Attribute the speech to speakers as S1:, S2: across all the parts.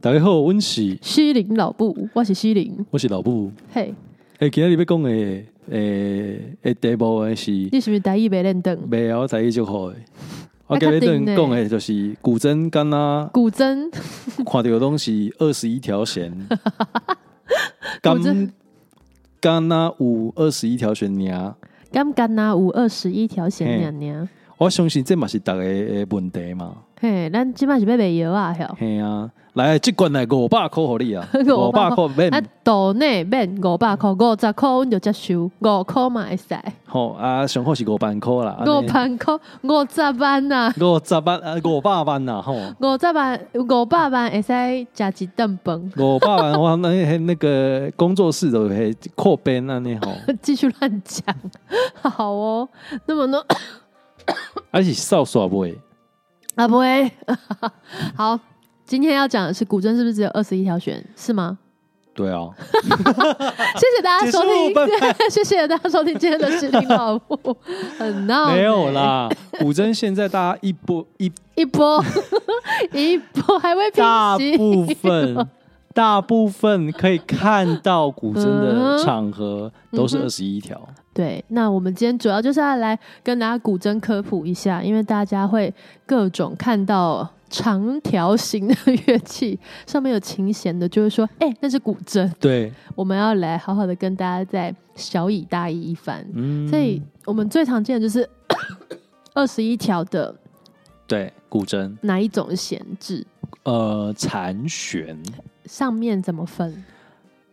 S1: 大家好，我是
S2: 西林老布，我是西林，
S1: 我是老布。
S2: 嘿，
S1: 诶、今日要讲的诶诶题目诶是
S2: 你是不是台语袂认得？
S1: 袂晓台语就好诶。我
S2: 那
S1: 今日
S2: 确定
S1: 等
S2: 呢
S1: 讲诶就是古筝干呐，
S2: 古筝，
S1: 看到东西二十一条 弦，
S2: 筝
S1: 干干呐有二十一条弦尔。
S2: 敢干呐有二十一条弦娘娘。
S1: 我相信这嘛是大家的问题
S2: 哦
S1: 嘛，
S2: 嘿，咱即摆是要卖药啊，吼。，
S1: 嘿啊，来即罐来五百箍互你啊 五百箍
S2: 啊
S1: 免，
S2: 岛内免五百箍，五十箍阮就接受，五箍嘛会使，
S1: 吼啊，上好是五万箍啦，
S2: 五
S1: 安尼
S2: 万箍，五十万呐，
S1: 五十万啊，五百万啦吼，
S2: 五十万，五百万会使食一顿饭，
S1: 五百万我那那个工作室都会扩编安尼 吼，
S2: 继续乱讲， 好哦。那么呢，
S1: 而且少耍袂，
S2: 阿伯，啊 好，今天要讲的是古筝，是不是只有二十一条弦？是吗？
S1: 对啊，
S2: 谢谢大家收
S1: 结
S2: 听
S1: 束拜，
S2: 谢谢大家收听今天的视频老布， 很闹、
S1: 没有，啦，古筝现在大家一波一
S2: 一波 一波还未平
S1: 大
S2: 息，
S1: 部 分。大部分可以看到古筝
S2: 嗯
S1: 的
S2: 哼
S1: 场合都是
S2: 嗯哼
S1: 二十一条，
S2: 对，那我们今天主要就是要来跟大家古筝科普一下，因为大家会各种看到长条形的乐器上面有琴弦的，就会说，哎、那是古筝。
S1: 对，
S2: 我们要来好好的跟大家再小以大意一番。
S1: 嗯，
S2: 所以我们最常见的就是 二十一条的
S1: 对古筝，
S2: 哪一种弦制，
S1: 呃，残弦，
S2: 上面怎么分？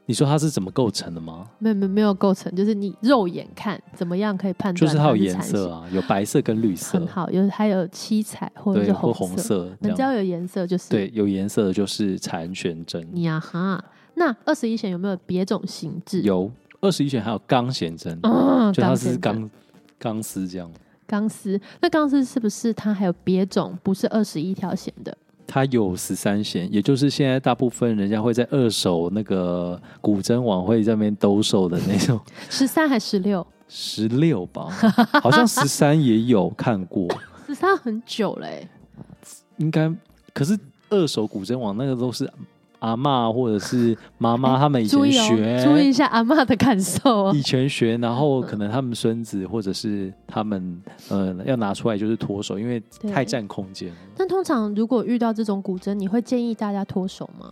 S1: 你说它是怎么构成的吗？
S2: 没有没有没有构成，就是你肉眼看怎么样可以判断
S1: 就是它有
S2: 是
S1: 颜
S2: 残
S1: 色
S2: 弦，
S1: 啊，有白色跟绿色
S2: 很，好，有还有七彩或者
S1: 对，
S2: 是
S1: 或
S2: 红
S1: 红
S2: 色，
S1: 色这
S2: 那只
S1: 样。
S2: 要有颜色就是
S1: 对，有颜色的就是残弦针，
S2: 呀哈。那二十一弦有没有别种形制？，
S1: 有二十一弦，还有钢弦针，
S2: 嗯，
S1: 就它是
S2: 弦的
S1: 钢钢丝这样。
S2: 钢丝。那钢丝是不是它还有别种不是二十一条弦的？
S1: 它有十三弦，也就是现在大部分人家会在二手那个古筝晚会上面兜售的那种
S2: 十三还十六？
S1: 十六吧，好像十三也有看过，
S2: 十三很久嘞、欸。
S1: 应该可是二手古筝网那个都是阿嬷或者是妈妈他们以
S2: 注
S1: 前
S2: 意哦，注意
S1: 学，
S2: 一下阿嬷的感受哦。
S1: 以前学，然后可能他们孙子或者是他们呃要拿出来就是脱手，因为
S2: 对
S1: 太占空间了。
S2: 但通常如果遇到这种古筝，你会建议大家脱手吗？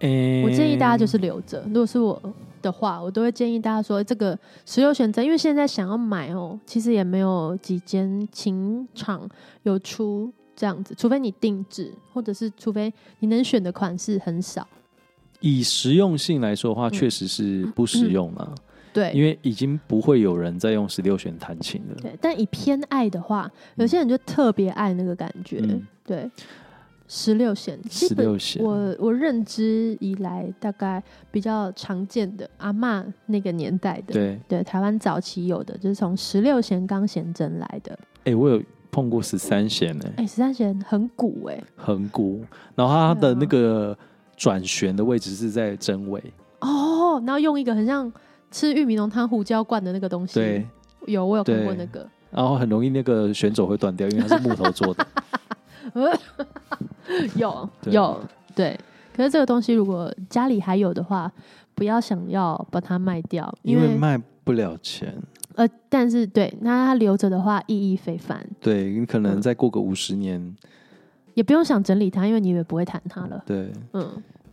S1: 诶嗯
S2: 我建议大家就是留着。如果是我的话，我都会建议大家说，这个石榴选择，因为现在想要买哦，其实也没有几间琴厂有出这样子，除非你定制，或者是除非你能选的款式很少。
S1: 以实用性来说的话，
S2: 嗯
S1: 确实是不实用了，因
S2: 对。
S1: 为已经不会有人在用十六弦弹琴了。
S2: 对，但以偏爱的话，有些人就特别爱那个感觉。
S1: 嗯
S2: 对，十六弦，基
S1: 十
S2: 本
S1: 六弦，
S2: 我我认知以来，大概比较常见的阿嬷那个年代的，
S1: 对，
S2: 台湾早期有的，就是从十六弦钢弦针来的。
S1: 诶，我有碰过十三弦呢、
S2: 哎、十三弦很鼓哎、
S1: 横鼓，然后它的
S2: 对啊
S1: 那个转旋的位置是在真尾，
S2: 哦，然后用一个很像吃玉米浓汤胡椒罐的那个东西，
S1: 对，
S2: 有我有看过
S1: 对
S2: 那个，
S1: 然后很容易那个旋轴会断掉，因为它是木头做的。
S2: 有
S1: 对
S2: 有对。可是这个东西如果家里还有的话，不要想要把它卖掉，因
S1: 因
S2: 为
S1: 为卖不了钱，
S2: 呃，但是对，那它留着的话意义非凡，
S1: 对你可
S2: 嗯
S1: 能再过个五十年，
S2: 也不用想整理它，因为你也不会弹它了。
S1: 对，
S2: 嗯，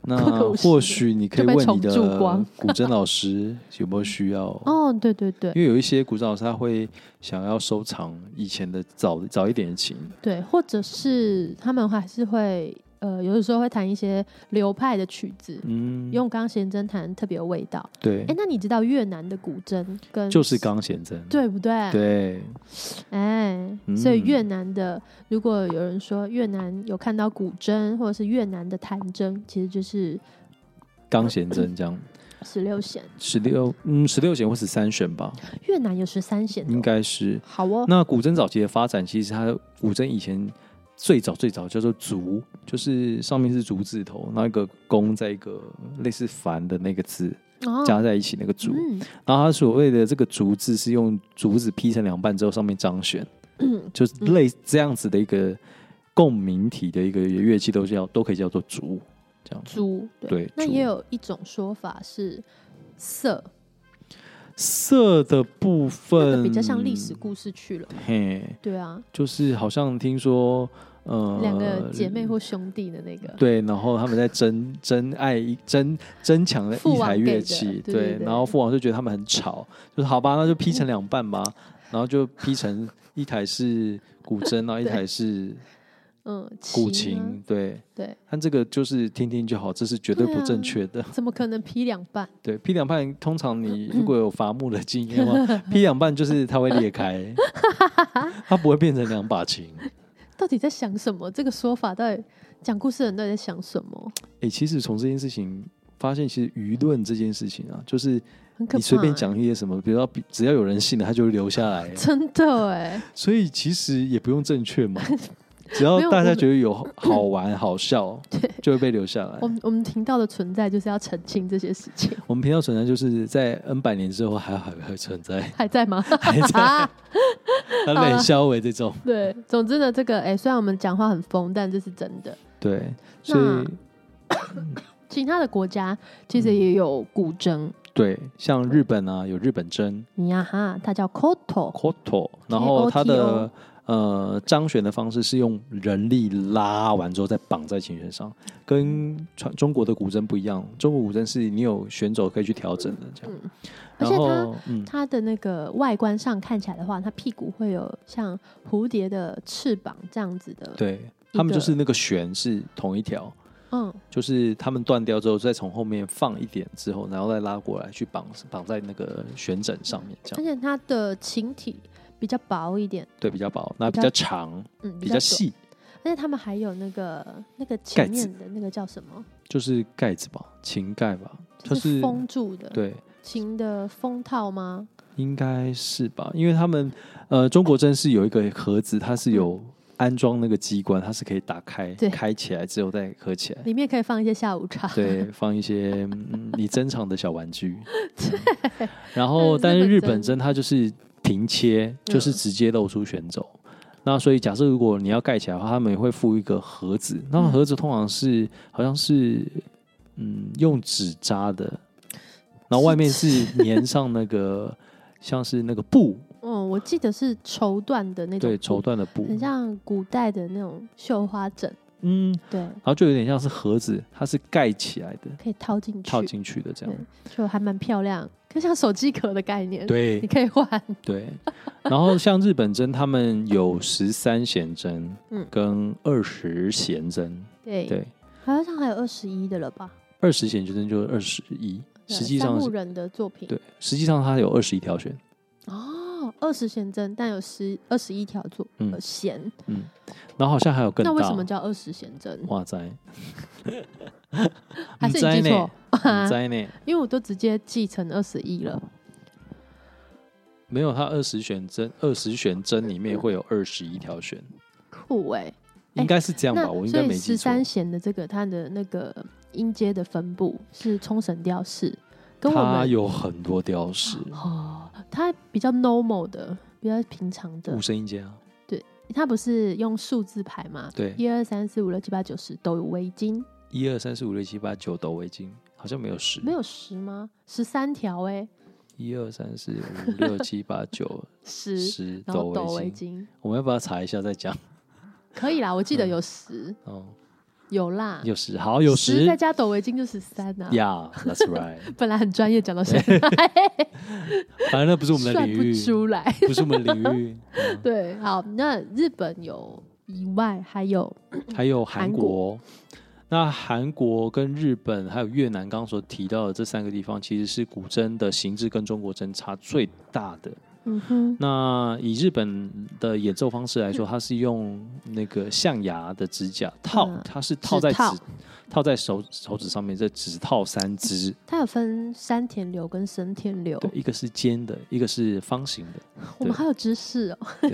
S2: 过个
S1: 那
S2: 50
S1: 或许你可以问你
S2: 就被虫蛀
S1: 的
S2: 光
S1: 古筝老师有没有需要，
S2: 哦，对对对
S1: 因为有一些古筝老师他会想要收藏以前的早早一点的琴，
S2: 对，或者是他们还是会呃，有的时候会弹一些流派的曲子，
S1: 嗯，
S2: 用钢弦筝弹特别有味道。
S1: 对
S2: 哎、，那你知道越南的古筝跟
S1: 就是钢弦针，
S2: 对不对？，
S1: 对，
S2: 哎，
S1: 嗯
S2: 所以越南的，如果有人说越南有看到古筝或者是越南的弹筝，其实就是
S1: 钢弦针这样，
S2: 十六弦，
S1: 十六嗯十六弦或十三弦吧，
S2: 越南有十三弦的哦、
S1: 应该是。
S2: 好 哦。
S1: 那古筝早期的发展，其实它古筝以前最早最早叫做竹，就是上面是竹字头，那一个弓在一个类似帆的那个字
S2: 哦
S1: 加在一起那个竹。
S2: 嗯
S1: 然后它所谓的这个竹字是用竹子劈成两半之后上面张悬，
S2: 嗯
S1: 就是类这样子的一个共鸣体的一个乐器都叫都可以叫做竹。这样。
S2: 猪，对，
S1: 对
S2: 那
S1: 猪
S2: 也有一种说法是色，
S1: 色的部
S2: 那
S1: 分
S2: 个比较像历史，故事去了。
S1: 嘿，
S2: 对啊，
S1: 就是好像听说，呃，
S2: 两个姐妹或兄弟的那个，
S1: 对，然后他们在争 争爱一争争抢了
S2: 父
S1: 一
S2: 王
S1: 台
S2: 给
S1: 乐
S2: 的
S1: 器，
S2: 对对对
S1: 然后父王就觉得他们很吵，就是好吧，那就劈成两半吧，然后就劈成一台是古筝，然后一台是
S2: 嗯，
S1: 古
S2: 琴啊
S1: 琴，对。
S2: 对，
S1: 但这个就是听听就好，这是绝对
S2: 对
S1: 不正
S2: 啊
S1: 确的。
S2: 怎么可能劈两半？
S1: 对，劈两半，通常你如果有伐木的经验的 话，劈两半就是它会裂开， 它不会变成两把琴。
S2: 到底在想什么？这个说法到底讲故事的人到底在想什么？
S1: 哎、其实从这件事情发现，其实舆论这件事情啊，就是
S2: 很可怕、
S1: 你随便，讲一些什么，比如说只要有人信了，他就会留下来。
S2: 真 的哎，
S1: 所以其实也不用正确 嘛，只要
S2: 没有
S1: 大
S2: 我
S1: 家
S2: 们
S1: 觉得有好玩好笑，
S2: 对
S1: 就会被留下来
S2: 我。们我们频道的存在就是要澄清这些事情，
S1: 我们频道存在就是在 N 百年之后还还会存在，
S2: 还在吗？
S1: 还在那
S2: 好 了
S1: 冷消为这种。
S2: 对，总之呢，这个哎、虽然我们讲话很疯，但这是真的。
S1: 对，
S2: 那
S1: 所以
S2: 其他的国家其
S1: 嗯
S2: 实也有古筝，
S1: 对，像日本啊，有日本针
S2: 你呀哈，它叫 koto，
S1: koto，然后它
S2: KOTO
S1: 的呃张悬的方式是用人力拉完之后再绑在琴弦上，跟传中国的古筝不一样。中国古筝是你有旋轴可以去调整的，这样。
S2: 嗯而且
S1: 然后嗯，
S2: 它的那个外观上看起来的话，它屁股会有像蝴蝶的翅膀这样子的，，
S1: 对
S2: 一
S1: 他们就
S2: 个
S1: 是那个弦是同一条，
S2: 嗯，
S1: 就是他们断掉之后再从后面放一点之后，然后再拉过来去绑绑在那个弦枕上面，这
S2: 而
S1: 样
S2: 且它的琴体比较薄一点，
S1: 对比较薄，那比
S2: 比较
S1: 较长，
S2: 嗯，
S1: 比
S2: 较
S1: 较
S2: 短，
S1: 细，
S2: 而且他们还有那个那个
S1: 盖
S2: 前
S1: 子
S2: 面的那个叫什么，
S1: 就是盖子吧，琴盖吧，就
S2: 就是
S1: 是
S2: 封住的，，
S1: 对。
S2: 琴的封套吗？
S1: 应该是吧，因为他们呃，中国针是有一个盒子，它是有安装那个机关，它是可以打开
S2: 对，
S1: 开起来之后再合起来。
S2: 里面可以放一些下午 茶，
S1: 对，放一些、嗯、你珍藏的小玩 具。嗯然后，但
S2: 但是
S1: 是
S2: 日
S1: 日
S2: 本
S1: 本针它就是停切，
S2: 嗯
S1: 就是直接露出旋轴。那所以，假设如果你要盖起来的话，他们也会附一个盒子。那
S2: 嗯
S1: 盒子通常是好像是嗯用纸扎的，然后外面是粘上那 个像是那个布，
S2: 嗯，我记得是绸缎的那种，
S1: 对，绸，缎的布，
S2: 很像古代的那种绣花枕，
S1: 嗯，
S2: 对，
S1: 然后就有点像是盒子，它是盖起来的，
S2: 可以套进去，
S1: 套进去的这样。
S2: 就还蛮漂亮，就像手机壳的概念，，
S1: 对
S2: 你可以换，
S1: 对，然后像日本针，他们有十三弦针，
S2: 嗯
S1: 跟二十弦针，
S2: 对，
S1: 对，
S2: 好像还有二十一的了吧？
S1: 二十弦针就是二十一，
S2: 对
S1: 实际
S2: 三
S1: 上
S2: 木
S1: 是，
S2: 人的作品，
S1: 对，实际上它有二十一条弦，
S2: 哦，二十弦针，但有十二十一条做
S1: 嗯
S2: 呃弦，
S1: 然后好像还有更大，
S2: 那为什么叫二十弦针？
S1: 哇塞，
S2: 还是你记 错？
S1: 灾呢？
S2: 因为我都直接记成二十一了。
S1: 没有，它二十弦针，二十弦针里面会有二十一条弦，
S2: 酷哎、
S1: 应该是这样吧？我应
S2: 所
S1: 该
S2: 以
S1: 没
S2: 十
S1: 记错。
S2: 三弦的这个它的那个音阶的分布是冲绳调式，跟我
S1: 它
S2: 们
S1: 有很多雕饰，
S2: 哦，它比较 normal 的，比较平常的
S1: 五，声音阶啊，
S2: 它不是用数字排嘛？
S1: 对，
S2: 一二三四五六七八九十都有围巾，
S1: 一二三四五六七八九抖围巾，好像没有十，
S2: 没有十吗？十三条哎，
S1: 一二三四五六七八九
S2: 十，
S1: 十
S2: 然
S1: 抖
S2: 后抖围
S1: 围巾，
S2: 巾
S1: 我们要不要查一下再讲？
S2: 可以啦，我记得
S1: 嗯
S2: 有十，
S1: 哦，
S2: 有啦，
S1: 有十，好，有十
S2: 啊再加抖围巾就十三呐。
S1: ，Yeah，That's right。
S2: 本来很专业，讲到现在
S1: 反正那不是我们的
S2: 算
S1: 领
S2: 不
S1: 域，
S2: 出来。
S1: 不是我们的领域。嗯
S2: 对，好，那日本有以外，还有
S1: 还有韩
S2: 嗯韩
S1: 国，那韩国跟日本还有越南，刚刚所提到的这三个地方，其实是古筝的形制跟中国筝差最大的。
S2: 嗯哼，嗯
S1: 那以日本的演奏方式来说，它是用那个象牙的指甲套
S2: 嗯，
S1: 它是套在
S2: 指
S1: 指
S2: 套
S1: 套在手手指上面，这指套三只，
S2: 它有分山田流跟神田流，
S1: 对，一个是尖的，一个是方形 的，
S2: 我们还有知识哦。
S1: 对。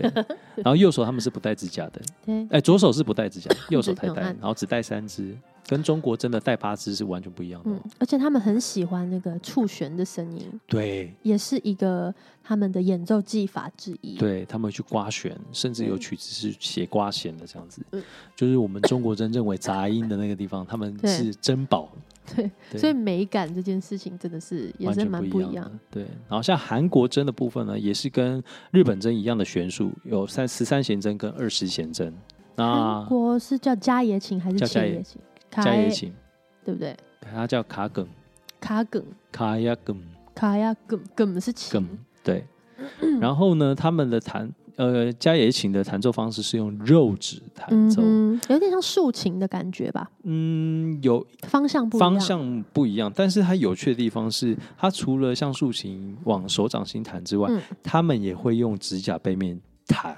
S1: 然后右手他们是不戴指甲的，
S2: 对，
S1: 哎，左手是不戴指甲，右手才
S2: 只用
S1: 戴，
S2: 按
S1: 然后只戴三只，跟中国真的带八支是完全不一样的哦、
S2: 嗯，而且他们很喜欢那个触弦的声音，
S1: 对，
S2: 也是一个他们的演奏技法之一。，
S1: 对他们去刮弦，甚至有
S2: 嗯
S1: 曲子是写刮弦的这样子，
S2: 嗯
S1: 就是我们中国人认为杂音的那个地方，他们
S2: 对
S1: 是珍宝，
S2: 对，
S1: 对
S2: 所以美感这件事情真的是也
S1: 完
S2: 是
S1: 全
S2: 蛮
S1: 不
S2: 不
S1: 一
S2: 一
S1: 样
S2: 样
S1: 的。。对，然后像韩国筝的部分呢，也是跟日本筝一样的弦数，有三十三弦筝跟二十弦筝。
S2: 韩
S1: 那
S2: 国是叫加野琴还是
S1: 啊叫
S2: 琴
S1: 加野
S2: 野琴？卡
S1: 加野琴，
S2: 对不对？
S1: 它叫卡梗，
S2: 卡梗
S1: 卡呀梗
S2: 卡呀梗梗是
S1: 梗
S2: 琴，，
S1: 对。然后呢，他们的弹呃加野琴的弹奏方式是用肉指弹
S2: 嗯
S1: 奏，
S2: 哼，有点像竖琴的感觉吧，
S1: 嗯，有
S2: 方向不一样。
S1: 方向不一样，但是它有趣的地方是，它除了像竖琴往手掌心弹之外，
S2: 嗯
S1: 他们也会用指甲背面弹。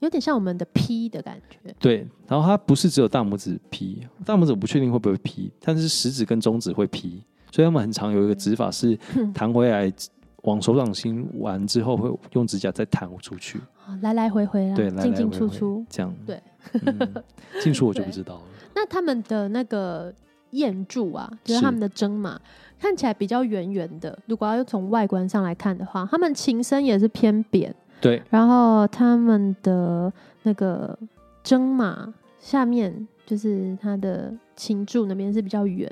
S2: 有点像我们的 P 的感 觉，
S1: 对，然后它不是只有大拇指劈，大拇指我不确定会不会劈，但是食指跟中指会劈，所以他们很常有一个指法是
S2: 嗯
S1: 弹回来往手掌心完之后，会用指甲再弹出去，
S2: 啊来来回回啦，
S1: 对，来
S2: 进
S1: 来
S2: 进
S1: 回
S2: 出
S1: 回
S2: 出。
S1: 这样。
S2: 对
S1: 嗯，进出我就不
S2: 对
S1: 知 道了。
S2: 那他们的那个燕柱啊，就是
S1: 是
S2: 他们的筝嘛，看起来比较圆圆的。如果要从外观上来看的话，他们琴身也是偏扁，
S1: 对，
S2: 然后他们的那个筝嘛下面就是它的琴柱那边是比较圆，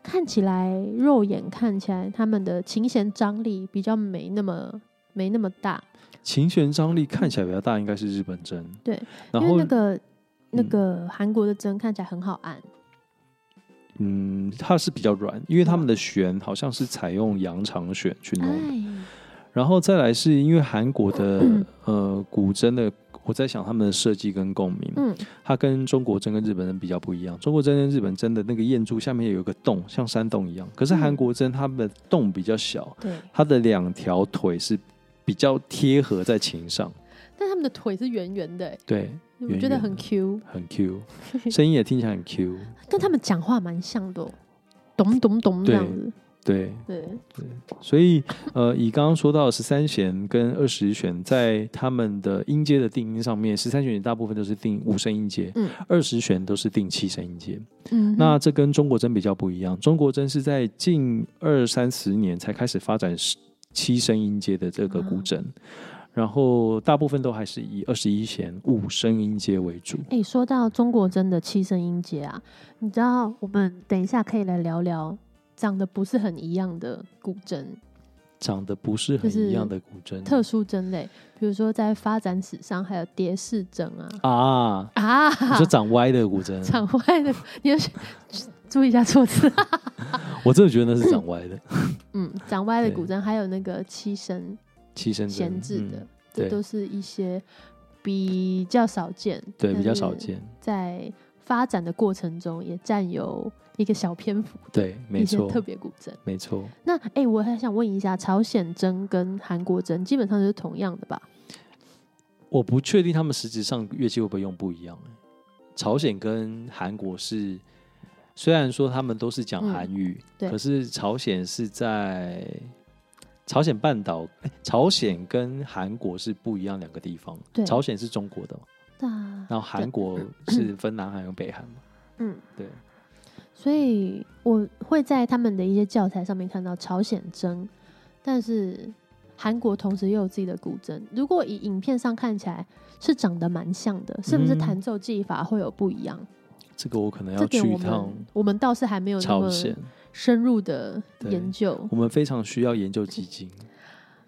S2: 看起来肉眼看起来他们的琴弦张力比较没那么没那么大，
S1: 琴弦张力看起来比较大，应该是日本针。
S2: 对，
S1: 然
S2: 因为
S1: 后
S2: 那个。那
S1: 嗯
S2: 个韩国的针看起来很好按，
S1: 嗯，它是比较软，因为他们的弦好像是采用羊肠弦去弄的。
S2: 哎，嗯
S1: 然后再来是因为韩国的呃古筝的，我在想他们的设计跟共鸣，
S2: 嗯，
S1: 它跟中国筝跟日本人比较不一样。中国筝跟日本筝的那个燕柱下面有一个洞，像山洞一样，可是
S2: 嗯
S1: 韩国筝它们的洞比较小，
S2: 对，
S1: 它的两条腿是比较贴合在琴上，
S2: 但他们的腿是圆圆的、欸，
S1: 对，
S2: 我觉
S1: 圆
S2: 得
S1: 圆
S2: 很 Q，
S1: 很 Q，声音也听起来很 Q，
S2: 跟他们讲话蛮像的哦、咚咚咚这
S1: 对
S2: 样子。
S1: 对。
S2: 对，
S1: 所以，呃，以刚刚说到十三弦跟二十弦，在他们的音阶的定音上面，十三弦大部分都是定五声音阶，
S2: 嗯
S1: 二十弦都是定七声音阶。
S2: 嗯哼，
S1: 那这跟中国筝比较不一样，中国筝是在近二三十年才开始发展十七声音阶的这个古筝，
S2: 嗯
S1: 然后大部分都还是以二十一弦五声音阶为主。
S2: 哎、说到中国真的七声音阶啊，你知道我们等一下可以来聊聊长得不是很一样的古筝、
S1: 长得不是很一样的古筝，
S2: 特殊筝类，比如说在发展史上还有蝶式筝
S1: 啊，
S2: 啊啊，
S1: 你说长歪的古 筝，
S2: 场外的，你要注意一下措辞。啊
S1: 我真的觉得那是长歪的
S2: 嗯，长歪的
S1: 对
S2: 古筝还有那个七声
S1: 七声
S2: 闲
S1: 筝
S2: 置的，
S1: 嗯
S2: 这
S1: 对
S2: 都是一些比较少见，
S1: 对，比较
S2: 但是
S1: 少见。
S2: 在发展的过程中也占有一个小篇幅，
S1: 对，没
S2: 一些
S1: 错，
S2: 特别古筝。
S1: 没错。
S2: 那哎、诶我还想问一下，朝鲜筝跟韩国筝基本上是同样的吧？
S1: 我不确定他们实质上乐器会不会用不一样、欸朝鲜跟韩国是，虽然说他们都是讲
S2: 嗯
S1: 韩语，
S2: 对
S1: 可是朝鲜是在朝鲜半岛、欸朝鲜跟韩国是不一样两个地方。
S2: 对
S1: 朝鲜是中国的嘛，
S2: 那
S1: 然后韩国是分南韩跟北韩嘛。
S2: 嗯，
S1: 对，
S2: 所以我会在他们的一些教材上面看到朝鲜筝，但是韩国同时又有自己的古筝。如果以影片上看起来是长得蛮像的，是不是
S1: 嗯
S2: 弹奏技法会有不一样？
S1: 这个我可能
S2: 这
S1: 要去
S2: 点
S1: 一
S2: 我
S1: 趟
S2: 们我们倒是还没有那
S1: 朝
S2: 么
S1: 鲜，
S2: 深入的
S1: 对
S2: 研究。
S1: 我们非常需要研究基金。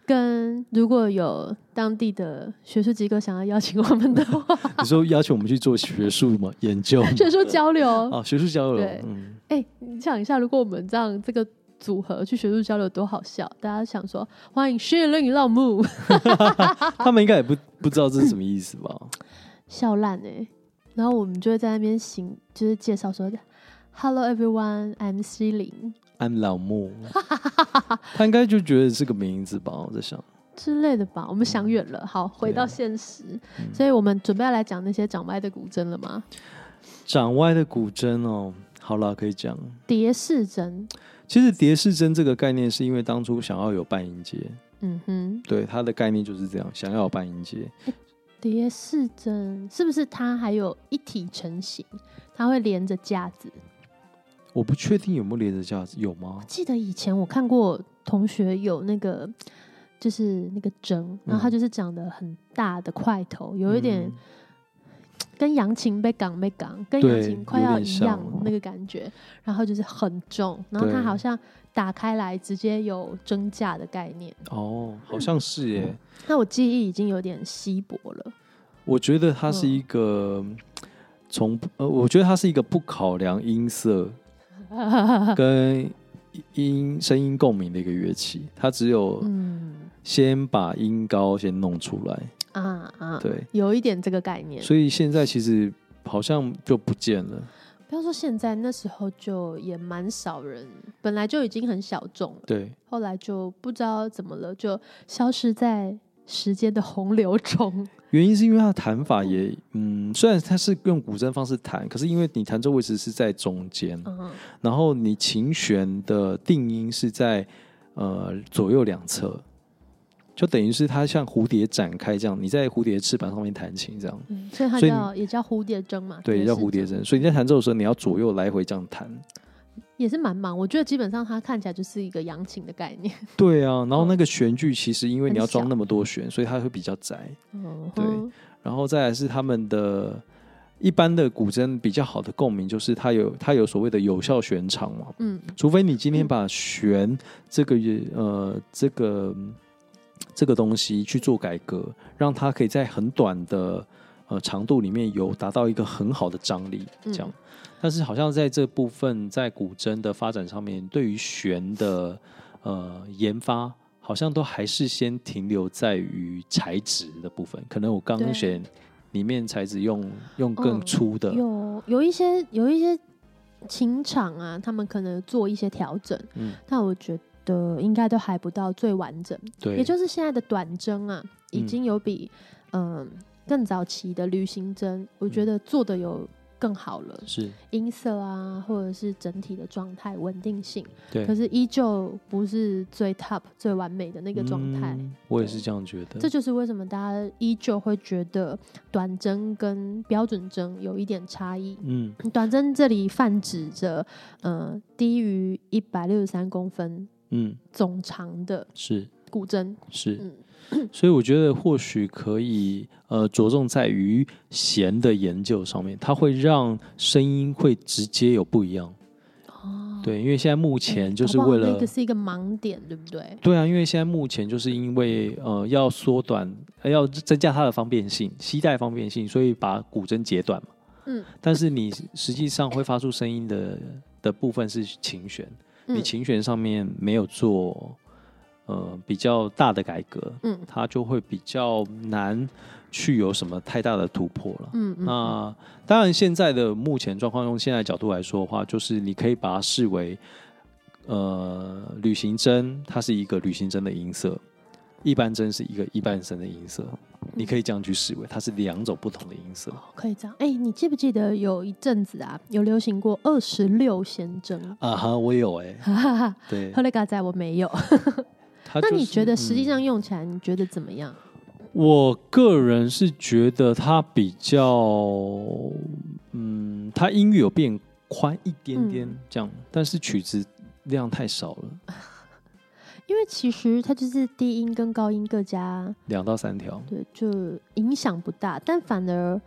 S2: 跟如果有当地的学术机构想要邀请我们 的话，
S1: 你说邀请我们去做学术吗？研究吗？
S2: 学术交流，
S1: 啊，学术交流
S2: 对，
S1: 嗯，
S2: 哎、你想一下，如果我们这样这个组合去学术交流，多好笑！大家想说，欢迎 s h i l i n 老木，
S1: 他们应该也不不知道这是什么意思吧？
S2: 笑烂哎、然后我们就会在那边行，就是介绍说，Hello everyone, I'm s h i l i n
S1: 安老木， 他应该就觉得是个名字吧？我在想，
S2: 之类的吧。我们想远了，好，回到
S1: 对
S2: 现实。所以我们准备要来讲那些长歪的古筝了吗？
S1: 掌歪的古筝哦，好啦，可以讲。
S2: 蝶式筝，
S1: 其实蝶式筝这个概念是因为当初想要有半音阶，
S2: 嗯哼，
S1: 对它的概念就是这样，想要有半音阶。
S2: 蝶式筝是不是它还有一体成型？它会连着架子，
S1: 我不确定有没有连着架子，有吗？
S2: 记得以前我看过同学有那个，就是那个针，然后它就是长得很大的块头，有一点
S1: 嗯
S2: 跟扬琴被港被港，跟
S1: 对
S2: 扬琴快要一
S1: 有
S2: 样
S1: 点像
S2: 那个感觉，然后就是很重，然后它
S1: 对
S2: 好像打开来直接有蒸架的概念。
S1: 哦，好像是耶。
S2: 那我记忆已经有点稀薄了，
S1: 我觉得它是一个从呃，我觉得它是一个不考量音色
S2: 嗯
S1: 跟音声音共鸣的一个乐器，它只有
S2: 嗯
S1: 先把音高先弄出来，
S2: 啊啊，
S1: 对，
S2: 有一点这个概念。
S1: 所以现在其实好像就不见了，
S2: 不要说现在，那时候就也蛮少人，本来就已经很小众了，
S1: 对，
S2: 后来就不知道怎么了，就消失在时间的洪流中。
S1: 原因是因为它的弹法也，嗯，虽然它是用古筝方式弹，可是因为你弹奏位置是在中间，
S2: 嗯
S1: 然后你琴弦的定音是在呃左右两侧，就等于是它像蝴蝶展开这样，你在蝴蝶翅膀上面弹琴这样，
S2: 嗯，所以它
S1: 所以你
S2: 叫也叫蝴蝶筝嘛，
S1: 对，叫
S2: 是
S1: 蝴蝶针。所以你在弹奏的时候，你要左右来回这样 弹。
S2: 也是蛮忙。我觉得基本上它看起来就是一个扬琴的概念。
S1: 对啊，然后那个弦距其实因为你要
S2: 哦很小
S1: 装那么多弦，所以它会比较窄。
S2: 嗯，
S1: 对
S2: 哼
S1: 然后再来是他们的一般的古筝比较好的共鸣，就是它有它有所谓的有效弦长嘛，
S2: 嗯，
S1: 除非你今天把弦这个呃这个嗯这个东西去做改革，让它可以在很短的呃长度里面有达到一个很好的张力，
S2: 嗯
S1: 这样。但是好像在这部分在古筝的发展上面，对于弦的呃研发，好像都还是先停留在于材质的部分。可能我钢
S2: 对
S1: 弦里面材质用用更
S2: 嗯
S1: 粗的，
S2: 有有一些有一些琴场啊，他们可能做一些调整，
S1: 嗯
S2: 但我觉得应该都还不到最完整。
S1: 对，
S2: 也就是现在的短针啊，已经有比嗯、更早期的旅行针，我
S1: 嗯
S2: 觉得做的有更好了，
S1: 是
S2: 音色啊，或者是整体的状态稳定性，
S1: 对
S2: 可是依旧不是最 top 最完美的那个状态。
S1: 嗯我也是这样觉得。
S2: 这就是为什么大家依旧会觉得短针跟标准针有一点差异。
S1: 嗯，
S2: 短针这里泛指着，呃，低于一百六十三公分
S1: 嗯，
S2: 总长的
S1: 是
S2: 古针。
S1: 是，
S2: 嗯，
S1: 所以我觉得或许可以呃着重在于弦的研究上面，它会让声音会直接有不一样。
S2: 哦，
S1: 对，因为现在目前就是
S2: 哎搞不好
S1: 为了
S2: 那个是一个盲点，对不对？
S1: 对啊，因为现在目前就是因为呃要缩短、呃要增加它的方便性，携带方便性，所以把古筝截短嘛。
S2: 嗯，
S1: 但是你实际上会发出声音的的部分是琴弦，
S2: 嗯
S1: 你琴弦上面没有做呃比较大的改革，
S2: 嗯
S1: 它就会比较难去有什么太大的突破了。
S2: 嗯嗯，
S1: 那当然，现在的目前状况，用现在的角度来说的话，就是你可以把它视为，呃，旅行针，它是一个旅行针的音色，一般针是一个一般针的音色，你可以这样去视为，它是两种不同的音色。
S2: 可以这样。哎、你记不记得有一阵子啊，有流行过二十六弦针？
S1: 啊哈，我有哎、
S2: 哈哈哈，
S1: 对
S2: 赫，雷嘎仔我没有。
S1: 它
S2: 那
S1: 就
S2: 你
S1: 是
S2: 觉得实际
S1: 嗯
S2: 上用起来，你觉得怎么样？
S1: 我个人是觉得它比较，嗯，它音域有变宽一点点
S2: 嗯
S1: 这样，但是曲子量太少了，
S2: 因为其实它就是低音跟高音各加，
S1: 两到三条。
S2: 对，就影响不大，但反而。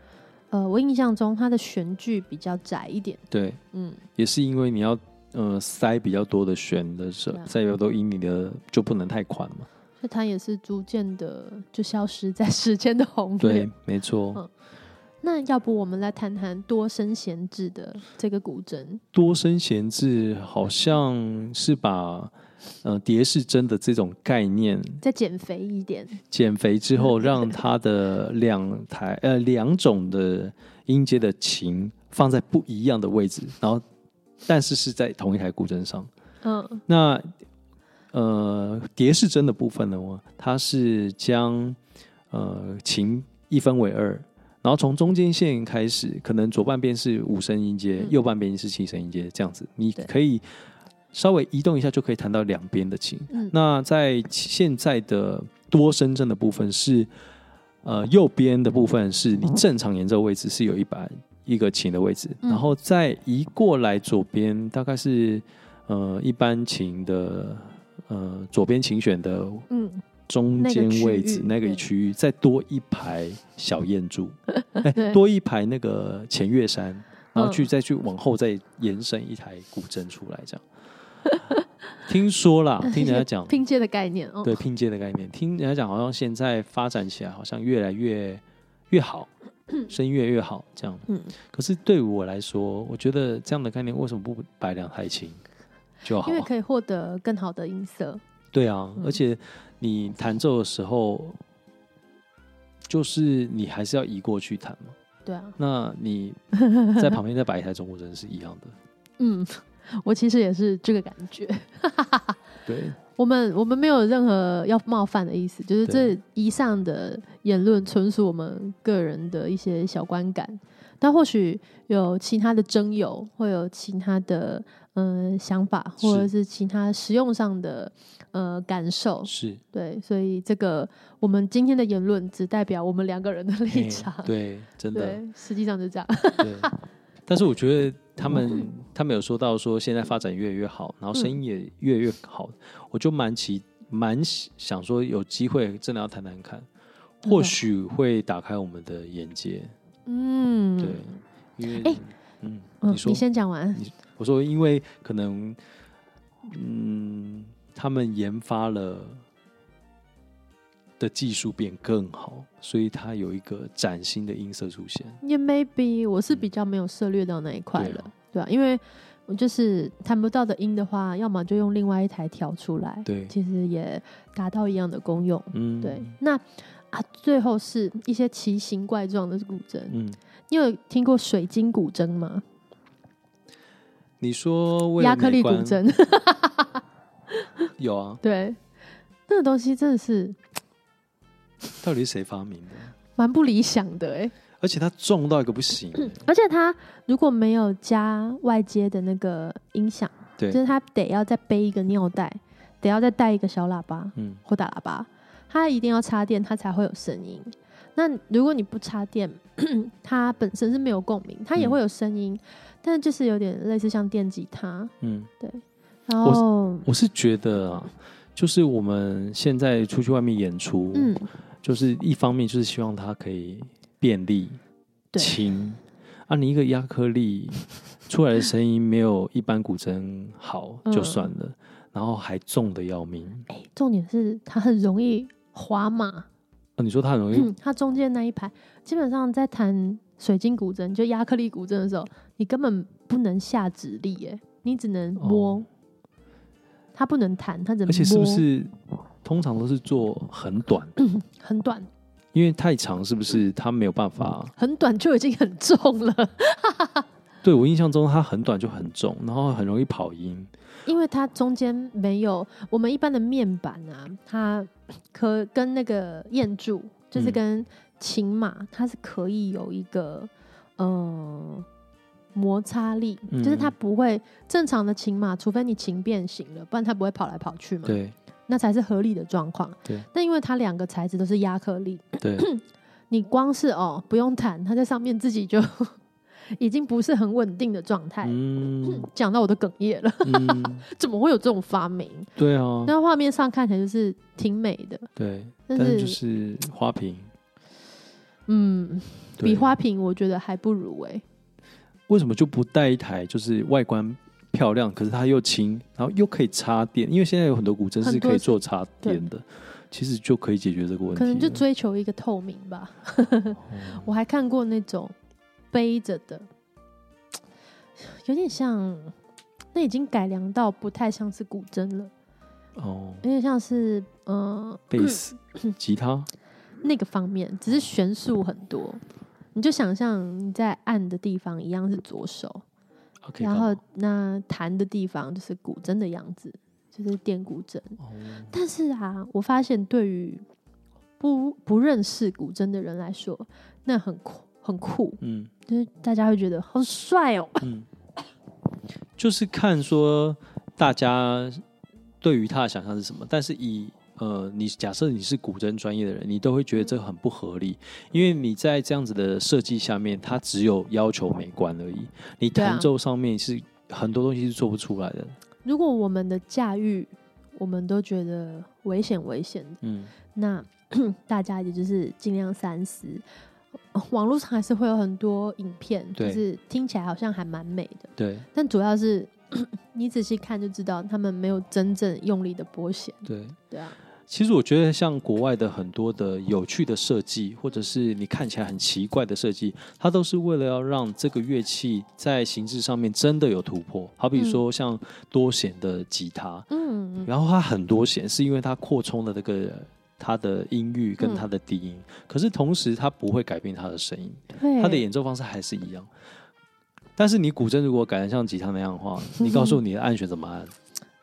S2: 呃，我印象中它的弦距比较窄一点，
S1: 对，
S2: 嗯，
S1: 也是因为你要呃塞比较多的弦的时候
S2: 对，啊
S1: 塞比较多音，你的就不能太宽嘛。
S2: 所以它也是逐渐的就消失在时间的洪流。
S1: 对，没错。
S2: 嗯那要不我们来谈谈多声弦制的这个古筝？
S1: 多声弦制好像是把呃蝶式针的这种概念
S2: 再减肥一点，
S1: 减肥之后，让它的两台呃两种的音阶的琴放在不一样的位置，然后但是是在同一台古筝上。
S2: 嗯
S1: 那呃，蝶式针的部分呢，我它是将呃琴一分为二，然后从中间线开始，可能左半边是五声音阶，
S2: 嗯
S1: 右半边是七声音阶，这样子，你
S2: 对
S1: 可以稍微移动一下就可以弹到两边的琴。
S2: 嗯
S1: 那在现在的多声针的部分是，呃，右边的部分是你正常演奏位置是有一把一个琴的位置，
S2: 嗯
S1: 然后再移过来左边，大概是呃一般琴的呃左边琴选的
S2: 嗯，
S1: 中间位置那
S2: 那个区域
S1: 个区域，再多一排小燕 柱，哎
S2: 对
S1: 多一排那个前月山，然后去、
S2: 嗯
S1: 再去往后再延伸一台古筝出来，这样。 听说 啦，听人家讲，
S2: 拼接的概念哦，
S1: 对拼接的概念，听人家讲，好像现在发展起来，好像越来越越好，声音越来越好这样。
S2: 嗯，
S1: 可是对我来说，我觉得这样的概念为什么不摆两台琴就好啊
S2: 因？为可以获得更好的音色，
S1: 对啊，
S2: 嗯
S1: 而且你弹奏的时候，就是你还是要移过去弹嘛。
S2: 对啊，
S1: 那你在旁边再摆一台中国筝是一 样的。
S2: 嗯，我其实也是这个感觉。
S1: 对，
S2: 我们我们没有任何要冒犯的意思，就是
S1: 对
S2: 这以上的言论纯属我们个人的一些小观感，但或许有其他的征友，会有其他的呃想法，
S1: 是
S2: 或者是其他实用上的呃感受，
S1: 是
S2: 对，所以这个我们今天的言论只代表我们两个人的立
S1: 嘿
S2: 场，
S1: 对，真的
S2: 对，实际上就这样，
S1: 对。 但是我觉得他们他们有说到说现在发展越来越好，然后声音
S2: 嗯
S1: 也越来越好，我就蛮期蛮想说有机会真的要谈谈看，
S2: 的
S1: 或许会打开我们的眼界。
S2: 嗯，
S1: 对，因为、
S2: 哎
S1: 嗯，
S2: 嗯
S1: 你，说
S2: 你先讲完，
S1: 我说，因为可能，嗯，他们研发了的技术变更好，所以它有一个崭新的音色出现。
S2: 也 maybe 我是比较没有涉猎到那一块
S1: 嗯对
S2: 了
S1: 啊，
S2: 对吧、因为我就是弹不到的音的话，要么就用另外一台调出来，
S1: 对
S2: 其实也达到一样的功用。
S1: 嗯，
S2: 对，，那啊，最后是一些奇形怪状的古筝。
S1: 嗯，
S2: 你有听过水晶古筝吗？
S1: 你说为了
S2: 亚克
S1: 美
S2: 力古
S1: 观
S2: 筝，
S1: 有啊？
S2: 对，那个东西真的是
S1: 到底是谁发明的？
S2: 蛮不理想的哎、
S1: 而且它重到一个不行、
S2: 而且它如果没有加外接的那个音响，
S1: 对
S2: 就是它得要再背一个尿袋，得要再带一个小喇叭，
S1: 嗯，
S2: 或打喇叭，它一定要插电，它才会有声音。那如果你不插电， 它本身是没有共鸣，它也
S1: 嗯
S2: 会有声音，但就是有点类似像电吉他。
S1: 嗯，
S2: 然后，
S1: 我是觉得啊，就是我们现在出去外面演出，
S2: 嗯，
S1: 就是一方面就是希望它可以便利、
S2: 对
S1: 轻啊，你一个亚克 力出来的声音没有一般古筝好
S2: 嗯
S1: 就算了，然后还重的要命。
S2: 哎、重点是它很容易滑嘛，
S1: 啊、你说它很容易、
S2: 嗯，它中间那一排，基本上在弹水晶古筝，就亚克力古筝的时候，你根本不能下指力、耶，你只能摸，
S1: 哦
S2: 它不能弹，它只能摸，
S1: 而且是不是通常都是做很短，
S2: 很短，
S1: 因为太长是不是它没有办法？
S2: 很短就已经很重了。
S1: 对我印象中它很短就很重，然后很容易跑音。
S2: 因为它中间没有我们一般的面板啊，它可跟那个燕柱，就是
S1: 嗯
S2: 跟琴码，它是可以有一个呃摩擦力，
S1: 嗯
S2: 就是它不会正常的琴码，除非你琴变形了，不然它不会跑来跑去嘛，
S1: 对
S2: 那才是合理的状况。
S1: 对，
S2: 但因为它两个材质都是亚克力，
S1: 对，
S2: 你光是哦不用弹，它在上面自己就 已经不是很稳定的状态。
S1: 嗯
S2: 讲到我都哽咽了，
S1: 嗯，
S2: 怎么会有这种发明？
S1: 对啊，
S2: 那画面上看起来就是挺美的，
S1: 对，
S2: 但
S1: 但
S2: 是
S1: 是就是花瓶，
S2: 嗯，
S1: 对
S2: 比花瓶我觉得还不如哎、
S1: 为什么就不带一台就是外观漂亮，可是它又轻，然后又可以插电？因为现在有很多古筝是可以做插电的，其实就可以解决这个问题了。哦
S2: 可能就追嗯求一个透明吧。我还看过那种背着的，有点像，那已经改良到不太像是古筝了，
S1: 哦，
S2: 有点像是嗯、
S1: 贝斯、吉 他，哦
S2: 那个方面，只是悬殊很多。你就想象你在按的地方一样是左手，
S1: 啊可以干
S2: 然
S1: 嘛
S2: 后那弹的地方就是古筝的样子，就是电古筝。
S1: 哦
S2: 但是啊，我发现对于不不认识古筝的人来说，那很酷，很酷，
S1: 嗯
S2: 就是大家会觉得好帅哦。
S1: 嗯，就是看说大家对于它的想象是什么，但是以呃，你假设你是古筝专业的人，你都会觉得这很不合理，因为你在这样子的设计下面，它只有要求美观而已，你
S2: 对啊
S1: 弹奏上面是很多东西是做不出来的。
S2: 如果我们的驾驭，我们都觉得危险危险的，
S1: 嗯，
S2: 那 大家也就是尽量三思。呃网络上还是会有很多影片，就
S1: 对
S2: 是听起来好像还蛮美的，
S1: 对
S2: 但主要是 你仔细看就知道，他们没有真正用力的拨弦。
S1: 对。
S2: 对啊，
S1: 其实我觉得，像国外的很多的有趣的设计，或者是你看起来很奇怪的设计，它都是为了要让这个乐器在形制上面真的有突破。好比说像多弦的吉他，
S2: 嗯，
S1: 然后它很多弦是因为它扩充了那个它的音域跟它的低音，可是同时它不会改变它的声音，
S2: 对，
S1: 它的演奏方式还是一样。但是你古筝如果改成像吉他那样的话，你告诉我你的按弦怎么按，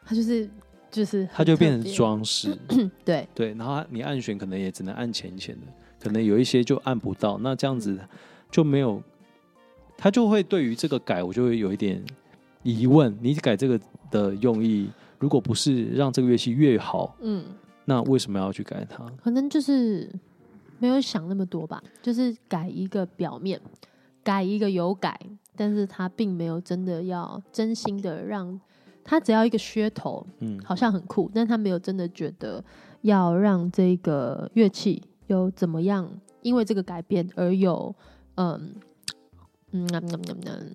S2: 它就是就是
S1: 它就
S2: 很特
S1: 变成
S2: 别，
S1: 装饰。
S2: 对，
S1: 对，然后你按弦可能也只能按浅浅的，可能有一些就按不到，那这样子就没有，他就会对于这个改，我就会有一点疑问，你改这个的用意，如果不是让这个乐器越好，
S2: 嗯，
S1: 那为什么要去改它？
S2: 可能就是没有想那么多吧，就是改一个表面，改一个有改，但是他并没有真的要真心的让他只要一个噱头，
S1: 嗯，
S2: 好像很酷，但他没有真的觉得要让这个乐器有怎么样，因为这个改变而有嗯嗯嗯嗯嗯嗯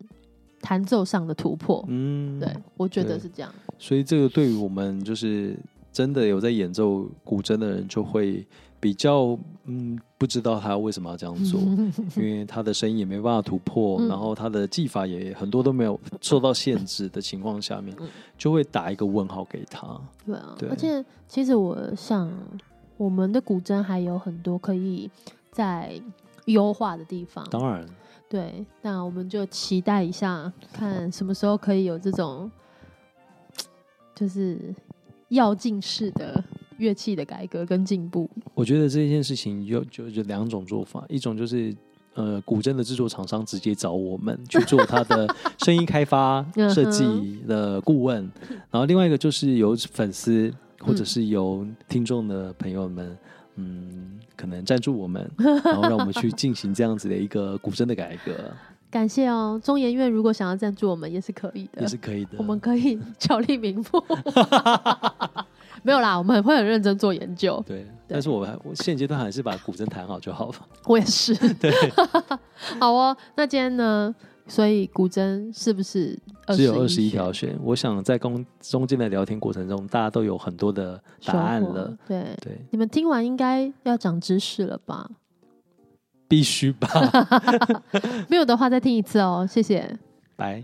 S2: 弹奏上的突破。
S1: 嗯，
S2: 对，我觉得
S1: 对
S2: 是这样。
S1: 所以这个对于我们就是真的有在演奏古筝的人，就会比较嗯不知道他为什么要这样做，因为他的声音也没办法突破，
S2: 嗯
S1: 然后他的技法也很多都没有受到限制的情况下面
S2: 嗯，
S1: 就会打一个问号给他。
S2: 对啊，
S1: 对
S2: 而且其实我想，我们的古筝还有很多可以在优化的地方。
S1: 当然，
S2: 对，那我们就期待一下，看什么时候可以有这种，就是要进式的乐器的改革跟进步。
S1: 我觉得这件事情有就就两种做法，一种就是。呃，古筝的制作厂商直接找我们去做他的声音开发
S2: 嗯哼嗯
S1: 设计的顾问，然后另外一个就是由粉丝或者是由听众的朋友们，嗯，可能赞助我 们，然后让我们去进行这样子的一个古筝的改革，
S2: 感谢哦，中研院如果想要赞助我们也是可以的，
S1: 也是可以的。
S2: 我们 可以巧立名目。 没有啦，我们会很认真做研究。
S1: 对，但是我还我现阶段还是把古筝弹好就好吧。
S2: 我 也是。对，好哦。那今天呢？所以古筝是不是
S1: 只有二
S2: 21
S1: 十一条弦，我想在公中间的聊天过程中，大家都有很多的
S2: 选
S1: 答案
S2: 收获
S1: 了。？
S2: 对，
S1: 对，
S2: 你们听完应该要长知识了吧？
S1: 必须吧，
S2: 没有的话再听一次哦，谢谢。
S1: 拜。